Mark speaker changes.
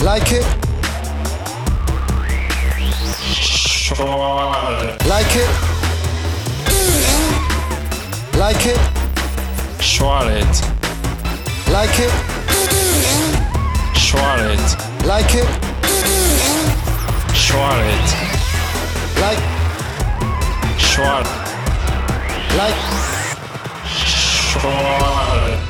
Speaker 1: Like it? Like it? Like it?
Speaker 2: Schwar it.
Speaker 1: Like it?
Speaker 2: Schwar it.
Speaker 1: Like it?
Speaker 2: Schwar it.
Speaker 1: Like,
Speaker 2: Schwar.
Speaker 1: like.
Speaker 2: Schwar it.